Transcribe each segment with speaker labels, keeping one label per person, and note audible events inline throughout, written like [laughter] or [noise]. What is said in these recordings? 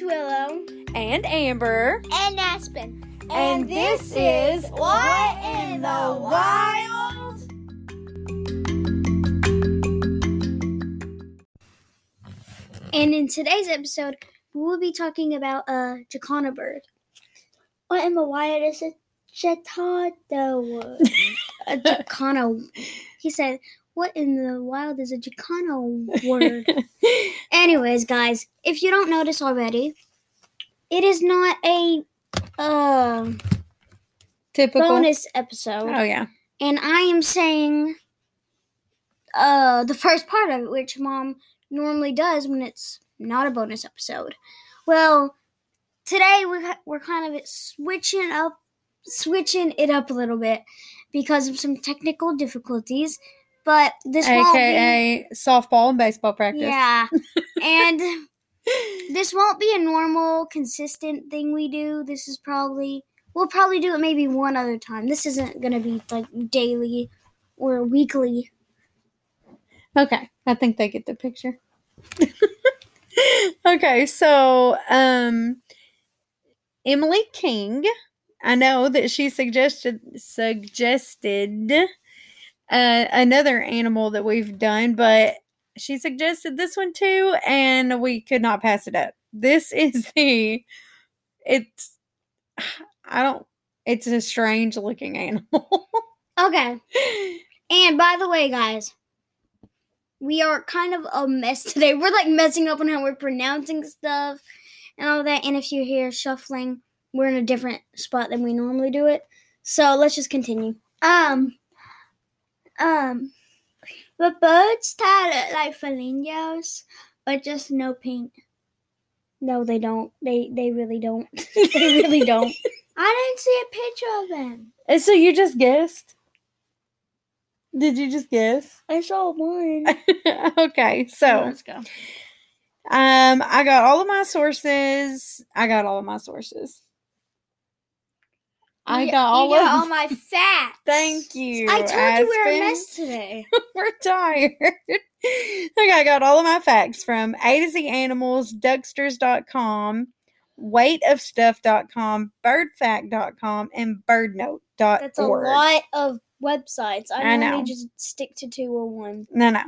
Speaker 1: Willow
Speaker 2: and Amber.
Speaker 1: and Aspen.
Speaker 2: And this is What in the
Speaker 1: Wild? And in today's episode, we will be talking about a jacana bird. What in the wild is a jatado? a jacana. He said, "What in the wild is a jacana
Speaker 2: [laughs]
Speaker 1: word?" Anyways, guys, if you don't notice already, it is not a uh,
Speaker 2: Typical.
Speaker 1: bonus episode,
Speaker 2: Oh yeah.
Speaker 1: and I am saying uh, the first part of it, which Mom normally does when it's not a bonus episode. Well, today we ha- we're kind of switching up, switching it up a little bit because of some technical difficulties, but this won't be-
Speaker 2: AKA softball and baseball practice.
Speaker 1: Yeah. and this won't be a normal, consistent thing we do. This is probably, we'll probably do it maybe one other time. This isn't going to be like daily or weekly.
Speaker 2: Okay, I think they get the picture. [laughs] okay, so um Emily King, I know that she suggested suggested uh, another animal that we've done, but she suggested this one too, and we could not pass it up. This [laughs] is the it's [sighs] I don't it's a strange looking animal. [laughs]
Speaker 1: Okay. And by the way, guys, we are kind of a mess [laughs] today. We're like messing up on how we're pronouncing stuff and all that. And if you hear shuffling, we're in a different spot than we normally do it. So let's just continue. Um, um, the birds that look like flamingoes are just no paint. No, they don't. They they really don't. [laughs] they really [laughs] don't. I didn't see a picture of them.
Speaker 2: And so you just guessed? Did you just guess?
Speaker 1: I saw one.
Speaker 2: [laughs] okay, so
Speaker 1: let's go.
Speaker 2: um, I got all of my sources. I got all of my sources. I
Speaker 1: You-
Speaker 2: got all
Speaker 1: you
Speaker 2: of.
Speaker 1: got all my facts.
Speaker 2: [laughs] thank you.
Speaker 1: I told you we were a
Speaker 2: Aspen.
Speaker 1: mess today.
Speaker 2: [laughs] We're tired. [laughs] okay, I got all of my facts from A to Z Animals, Ducksters.com, weightofstuff.com, birdfact.com, and birdnote.org.
Speaker 1: That's a lot of websites. I,
Speaker 2: I
Speaker 1: normally
Speaker 2: know.
Speaker 1: just stick to two or one.
Speaker 2: No, no.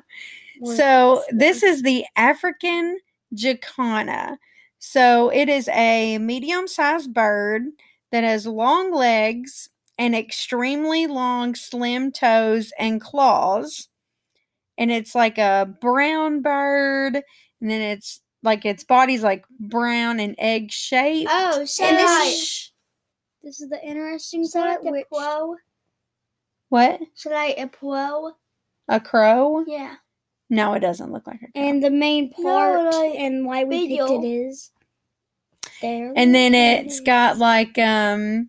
Speaker 1: Or-
Speaker 2: So this is the African jacana. So it is a medium-sized bird that has long legs and extremely long, slim toes and claws. And it's like a brown bird, and then it's like its body's like brown and egg shaped.
Speaker 3: Oh,
Speaker 1: and
Speaker 3: shut
Speaker 1: this
Speaker 3: up.
Speaker 1: is this is the interesting
Speaker 3: Should I
Speaker 1: part. Which,
Speaker 3: a pro?
Speaker 2: What?
Speaker 3: Should I a pro?
Speaker 2: A crow?
Speaker 3: Yeah.
Speaker 2: No, it doesn't look like a crow.
Speaker 1: and the main part
Speaker 3: like,
Speaker 1: and why we picked it
Speaker 3: video.
Speaker 1: is there.
Speaker 2: And then
Speaker 1: it
Speaker 2: it's got
Speaker 1: is.
Speaker 2: like um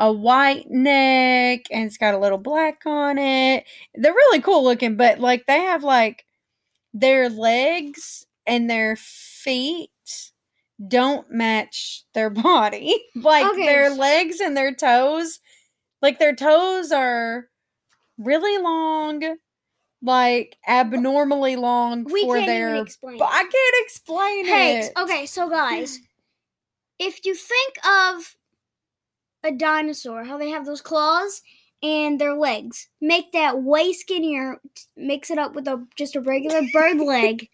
Speaker 2: a white neck and it's got a little black on it. They're really cool looking, but like they have like their legs and their feet don't match their [laughs] body. like
Speaker 1: Okay.
Speaker 2: their legs and their toes, like their toes are really long, like abnormally long
Speaker 1: we
Speaker 2: for
Speaker 1: can't
Speaker 2: their
Speaker 1: even explain.
Speaker 2: but I can't explain
Speaker 1: Hey,
Speaker 2: it.
Speaker 1: okay, so guys, if you think of a dinosaur, how they have those claws and their legs, make that way skinnier, t- mix it up with a just a regular
Speaker 3: [laughs]
Speaker 1: bird leg,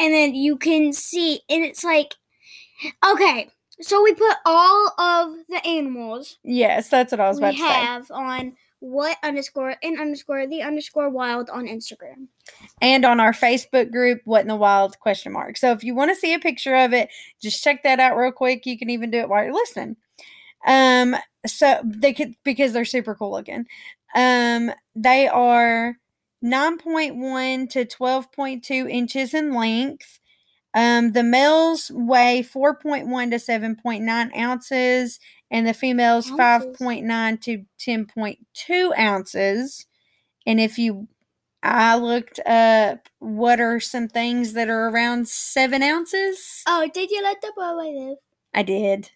Speaker 1: and then you can see, and it's like, okay, so we put all of the animals
Speaker 2: Yes, that's what I was
Speaker 1: we
Speaker 2: about to say.
Speaker 1: have on what underscore and underscore the underscore wild on Instagram.
Speaker 2: and on our Facebook group, What in the Wild question mark. So if you want to see a picture of it, just check that out real quick. You can even do it while you're listening. Um, so they could because they're super cool looking. Um, they are 9.1 to 12.2 inches in length. Um, the males weigh 4.1 to 7.9 ounces, and the females
Speaker 1: Ounces.
Speaker 2: 5.9 to 10.2 ounces. And if you I looked up what are some things that are around seven ounces.
Speaker 3: Oh, did you let the boy live?
Speaker 2: I did.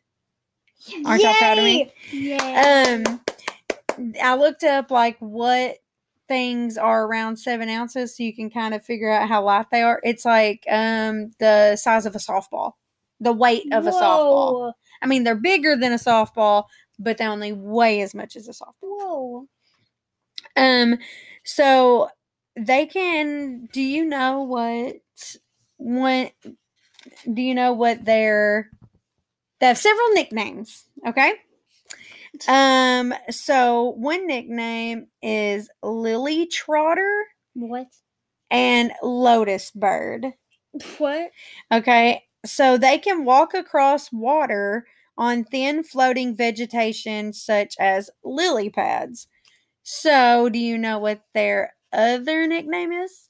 Speaker 2: Aren't y'all proud of me?
Speaker 1: Yeah.
Speaker 2: Um, I looked up like what things are around seven ounces, so you can kind of figure out how light they are. It's like um the size of a softball. the weight of a softball.
Speaker 3: Whoa.
Speaker 2: I mean, they're bigger than a softball, but they only weigh as much as a softball.
Speaker 1: Whoa.
Speaker 2: Um, so they can. Do you know what what? Do you know what their? They have several nicknames. Okay. Um. So one nickname is Lily Trotter
Speaker 1: What? [laughs]
Speaker 2: and Lotus Bird.
Speaker 1: What?
Speaker 2: Okay, so they can walk across water on thin floating vegetation such as lily pads. So, do you know what their other nickname is?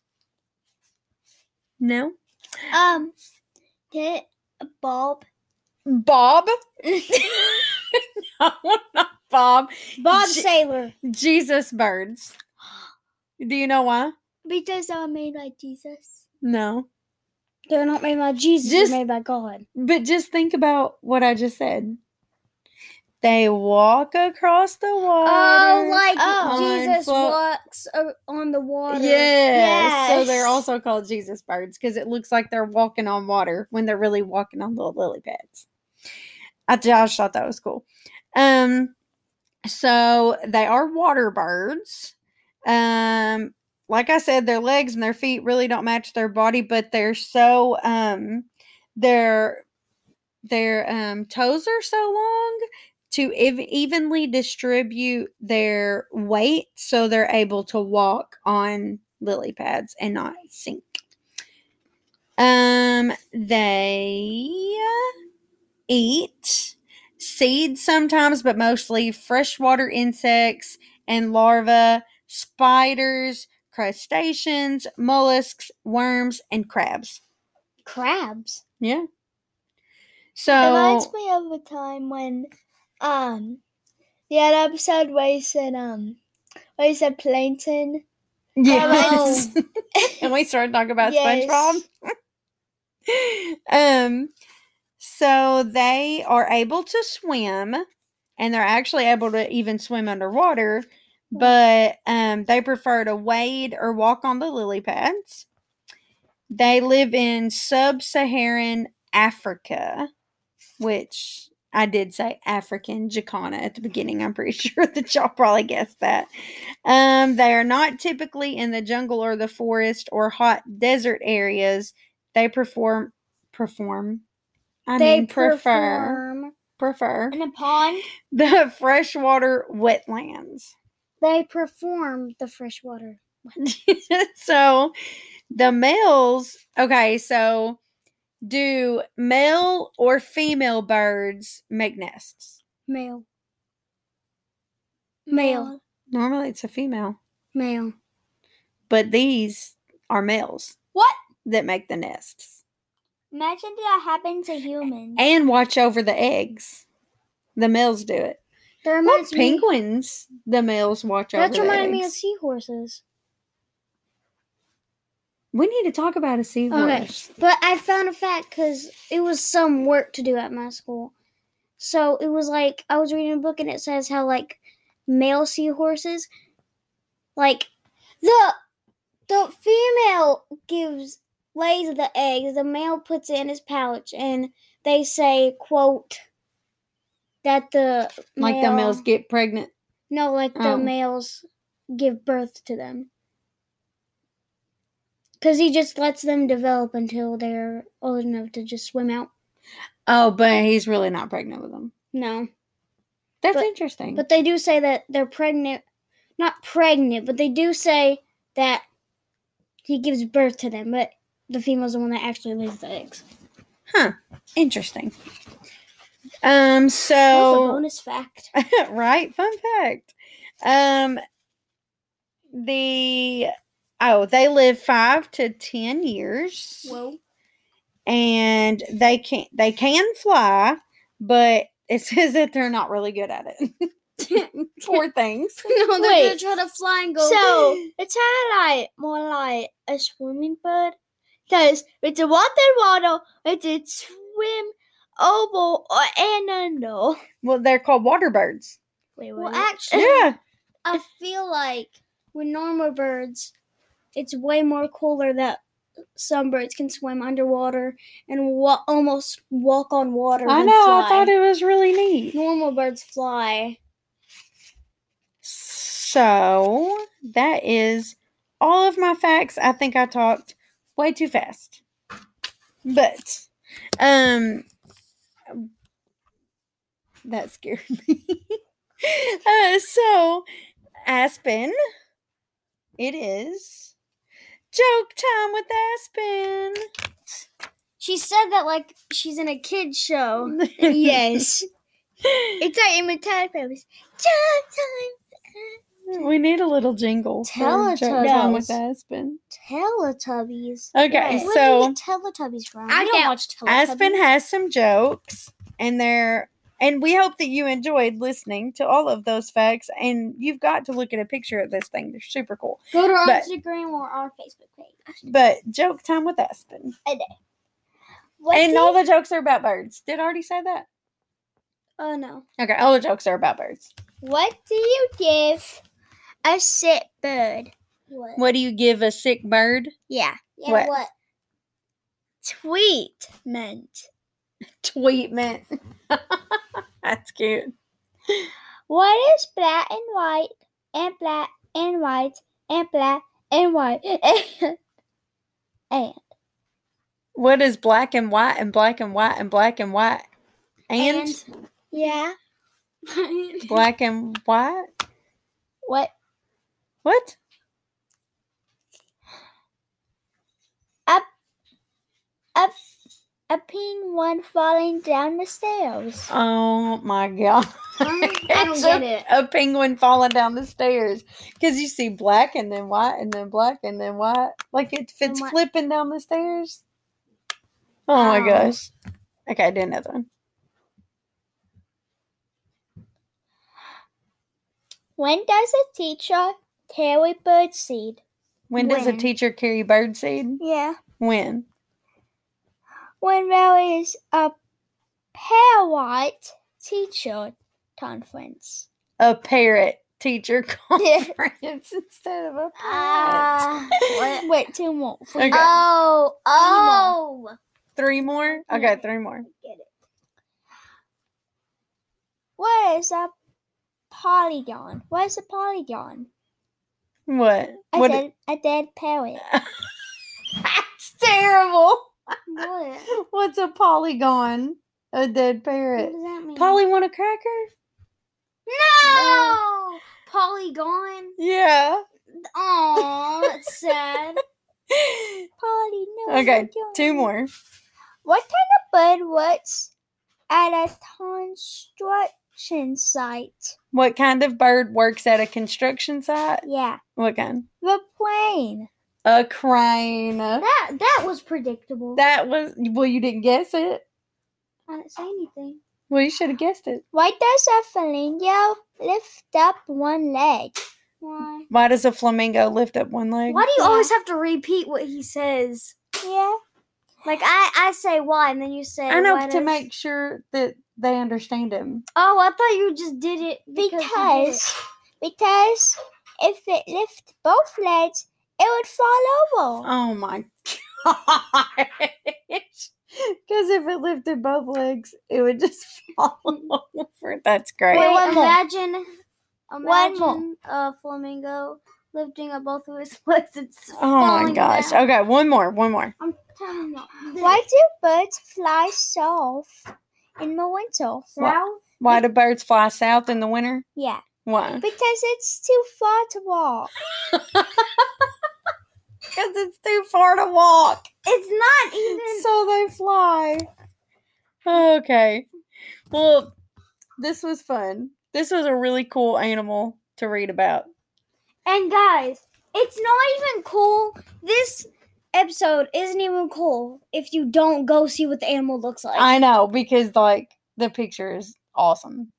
Speaker 2: No.
Speaker 1: Um, get a bulb.
Speaker 2: Bob? [laughs] no, not Bob.
Speaker 1: [laughs] Bob
Speaker 2: J-
Speaker 1: Sailor.
Speaker 2: Jesus birds. Do you know why?
Speaker 3: Because they were made by Jesus.
Speaker 2: No.
Speaker 1: They're not made by Jesus. they're
Speaker 2: Just-
Speaker 1: made by God.
Speaker 2: But just think about what I just said. They walk across the water.
Speaker 1: Oh, like
Speaker 3: Oh.
Speaker 1: Jesus
Speaker 2: Unfo-
Speaker 1: walks o- on the water.
Speaker 2: Yeah. So they're
Speaker 1: Yes.
Speaker 2: also called Jesus birds because it looks like they're walking on water when they're really walking on little lily pads. I just thought that was cool. Um, so they are water birds. Um, like I said, their legs and their feet really don't match their body, but they're so um their their um toes are so long to ev- evenly distribute their weight so they're able to walk on lily pads and not sink. Um they eat seeds sometimes but mostly freshwater insects and larvae, spiders, crustaceans, mollusks, worms and crabs.
Speaker 1: Crabs.
Speaker 2: Yeah. So
Speaker 3: Reminds me of a time when, um, the other episode where you said, um, where you said plankton.
Speaker 2: Yes.
Speaker 1: Oh.
Speaker 2: [laughs] and we started talking about
Speaker 3: Yes.
Speaker 2: SpongeBob. [laughs] um, so they are able to swim, and they're actually able to even swim underwater, but um, they prefer to wade or walk on the lily pads. They live in sub-Saharan Africa, which I did say African Jacana at the beginning. I'm pretty [laughs] sure that y'all probably guessed that. Um, they are not typically in the jungle or the forest or hot desert areas. They perform, perform. I
Speaker 1: they
Speaker 2: mean, prefer,
Speaker 1: perform
Speaker 2: prefer [laughs]
Speaker 1: in a pond.
Speaker 2: the freshwater wetlands. [laughs]
Speaker 1: They perform the fresh water.
Speaker 2: so the males okay so do male or female birds make nests
Speaker 1: Male. Male.
Speaker 2: normally it's a female
Speaker 1: Male.
Speaker 2: but these are males
Speaker 1: What?
Speaker 2: that make the nests
Speaker 3: Imagine that happened to humans.
Speaker 2: and watch over the eggs the males do it
Speaker 1: That
Speaker 2: what
Speaker 1: reminds me.
Speaker 2: penguins the males watch over
Speaker 1: That
Speaker 2: the
Speaker 1: reminded me of
Speaker 2: eggs.
Speaker 1: seahorses.
Speaker 2: we need to talk about a
Speaker 1: Okay.
Speaker 2: seahorse
Speaker 1: But I found a fact because it was some work to do at my school. So it was like I was reading a book and it says how like male seahorses, like the the female gives lays the eggs, the male puts it in his pouch, and they say quote that the
Speaker 2: like the males get pregnant
Speaker 1: no like the
Speaker 2: Oh.
Speaker 1: males give birth to them. Cause he just lets them develop until they're old enough to just swim out.
Speaker 2: oh but he's really not pregnant with them
Speaker 1: No.
Speaker 2: that's
Speaker 1: But-
Speaker 2: interesting
Speaker 1: But they do say that they're pregnant, not pregnant, but they do say that he gives birth to them, but the female's the one that actually lays the eggs.
Speaker 2: Interesting. Um,
Speaker 1: That's a
Speaker 2: so
Speaker 1: bonus fact.
Speaker 2: [laughs] right, fun fact. Um, the oh, they live five to ten years,
Speaker 1: [laughs] Whoa.
Speaker 2: and they can they can fly, but it [laughs] says that they're not really good at it. Poor things.
Speaker 1: no, they're
Speaker 3: Wait.
Speaker 1: gonna try to fly and go.
Speaker 3: So
Speaker 1: [laughs]
Speaker 3: it's kind of like more like a swimming bird, because with the water water, it did swim over or and under.
Speaker 2: Well, they're called water birds.
Speaker 3: [laughs] Wait,
Speaker 1: well,
Speaker 3: what? [laughs]
Speaker 1: actually,
Speaker 2: Yeah.
Speaker 1: I feel like with normal birds, it's way more cooler that some birds can swim underwater and wa- almost walk on water.
Speaker 2: I
Speaker 1: and
Speaker 2: know.
Speaker 1: fly.
Speaker 2: I thought it was really neat.
Speaker 1: normal birds fly.
Speaker 2: So that is all of my facts. I think I talked way too fast. But um that scared [laughs] me. uh, so Aspen, it is joke time with Aspen.
Speaker 1: She said that like she's in a kid show. yes.
Speaker 3: [laughs] It's our imitation purpose. Joke
Speaker 2: [laughs] we need a little jingle. for
Speaker 1: Tell us
Speaker 2: joke time with
Speaker 1: those.
Speaker 2: Aspen.
Speaker 1: Teletubbies.
Speaker 2: Okay,
Speaker 1: Where
Speaker 2: so
Speaker 1: do you get Teletubbies from?
Speaker 3: I
Speaker 1: I don't
Speaker 3: got-
Speaker 1: watch Teletubbies.
Speaker 2: Aspen has some jokes, and they're and we hope that you enjoyed listening to all of those facts. And you've got to look at a picture of this thing; they're super cool.
Speaker 1: Go to our
Speaker 2: but-
Speaker 1: Instagram or our Facebook page.
Speaker 2: But joke time with Aspen,
Speaker 3: What
Speaker 2: and
Speaker 3: do
Speaker 2: all the jokes are about birds. Did I already say that?
Speaker 1: Oh no.
Speaker 2: Okay, all the jokes are about birds.
Speaker 3: What do you give a sick bird?
Speaker 1: What?
Speaker 2: What do you give a sick bird?
Speaker 3: Yeah.
Speaker 1: Yeah,
Speaker 2: what?
Speaker 1: what?
Speaker 3: Tweet meant.
Speaker 2: Tweetment. [laughs] That's cute.
Speaker 3: What is black and white and black and white and black and white [laughs] and, and
Speaker 2: What is black and white and black and white and black and white and,
Speaker 3: yeah.
Speaker 1: [laughs] And-
Speaker 2: black and white?
Speaker 3: What
Speaker 2: What?
Speaker 3: a a pin one falling down the stairs.
Speaker 2: Oh my god.
Speaker 1: [laughs] I don't
Speaker 2: [laughs]
Speaker 1: get it.
Speaker 2: a penguin falling down the stairs because you see black and then white and then black and then white like it fits
Speaker 1: what-
Speaker 2: flipping down the stairs oh my
Speaker 1: Wow.
Speaker 2: gosh okay i did another one
Speaker 3: When does a teacher carry birdseed?
Speaker 2: when does a
Speaker 1: When?
Speaker 2: teacher carry birdseed
Speaker 3: Yeah.
Speaker 2: when
Speaker 3: When there is a pair white teacher conference.
Speaker 2: a parrot
Speaker 1: [laughs]
Speaker 2: teacher [laughs]
Speaker 3: Yeah.
Speaker 2: conference instead of a parrot.
Speaker 1: Ah, What?
Speaker 3: Wait, two more.
Speaker 2: Okay.
Speaker 1: Oh, oh.
Speaker 2: [laughs] three more i got three more
Speaker 3: What is a polygon? What is a polygon?
Speaker 2: what
Speaker 3: A
Speaker 2: what
Speaker 3: dead, a dead parrot.
Speaker 2: that's terrible
Speaker 1: What?
Speaker 2: [laughs] what's a polygon a dead
Speaker 1: What
Speaker 2: parrot
Speaker 1: does that mean?
Speaker 2: polly want a cracker
Speaker 1: no! Oh! Polygon?
Speaker 2: yeah
Speaker 1: Aw, that's
Speaker 3: [laughs]
Speaker 1: sad.
Speaker 3: Poly, no.
Speaker 2: Okay,
Speaker 3: polygon.
Speaker 2: Two more.
Speaker 3: What kind of bird works at a construction site?
Speaker 2: What kind of bird works at a construction site?
Speaker 3: Yeah,
Speaker 2: What kind?
Speaker 3: the plane.
Speaker 2: A crane.
Speaker 1: That that was predictable.
Speaker 2: That was well, you didn't guess it.
Speaker 1: I didn't say anything.
Speaker 2: Well, you should have guessed it.
Speaker 3: Why does a flamingo lift up one leg?
Speaker 1: Why?
Speaker 2: Why does a flamingo lift up one leg?
Speaker 1: Why do you
Speaker 3: Yeah.
Speaker 1: always have to repeat what he says?
Speaker 3: Yeah.
Speaker 1: Like I, I say why, and then you say.
Speaker 2: I know
Speaker 1: why
Speaker 2: to
Speaker 1: does-
Speaker 2: make sure that they understand him.
Speaker 1: Oh, I thought you just did it because. you did it.
Speaker 3: Because because if it lift both legs, it would fall over.
Speaker 2: Oh my gosh! [laughs] Because if it lifted both legs, it would just [laughs] fall over. That's great.
Speaker 1: Wait,
Speaker 3: one more.
Speaker 1: imagine,
Speaker 3: One
Speaker 1: imagine
Speaker 3: more.
Speaker 1: a flamingo lifting up both of [laughs] his legs. It's
Speaker 2: oh my gosh! Okay, one more. One more.
Speaker 1: I'm telling you.
Speaker 3: Why do birds fly south in the winter?
Speaker 1: South?
Speaker 2: Why do birds fly south in the winter?
Speaker 3: Yeah,
Speaker 2: Why?
Speaker 3: because it's too far to walk.
Speaker 2: Because it's too far to walk.
Speaker 1: It's not even.
Speaker 2: So they fly. Okay. Well, this was fun. This was a really cool animal to read about.
Speaker 1: And guys, it's not even cool. This episode isn't even cool if you don't go see what the animal looks like.
Speaker 2: I know because like the picture is awesome.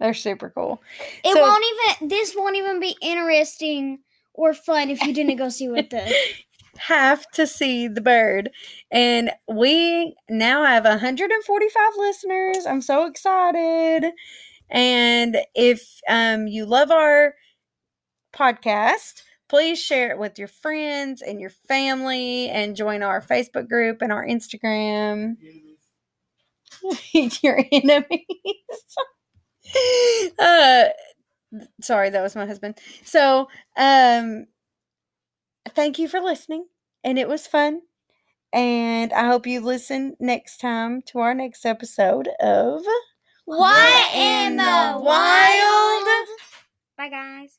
Speaker 2: They're super cool.
Speaker 1: it
Speaker 2: so-
Speaker 1: won't even. This won't even be interesting or fun if you didn't go see what the. [laughs]
Speaker 2: Have to see the bird. And we now have 145 listeners. I'm so excited. And if um, you love our podcast, Please share it with your friends and your family and join our Facebook group and our Instagram. [laughs] your enemies. uh, sorry, that was my husband. So, um, thank you for listening, and it was fun. And I hope you listen next time to our next episode of
Speaker 3: What in the wild?
Speaker 1: Bye, guys.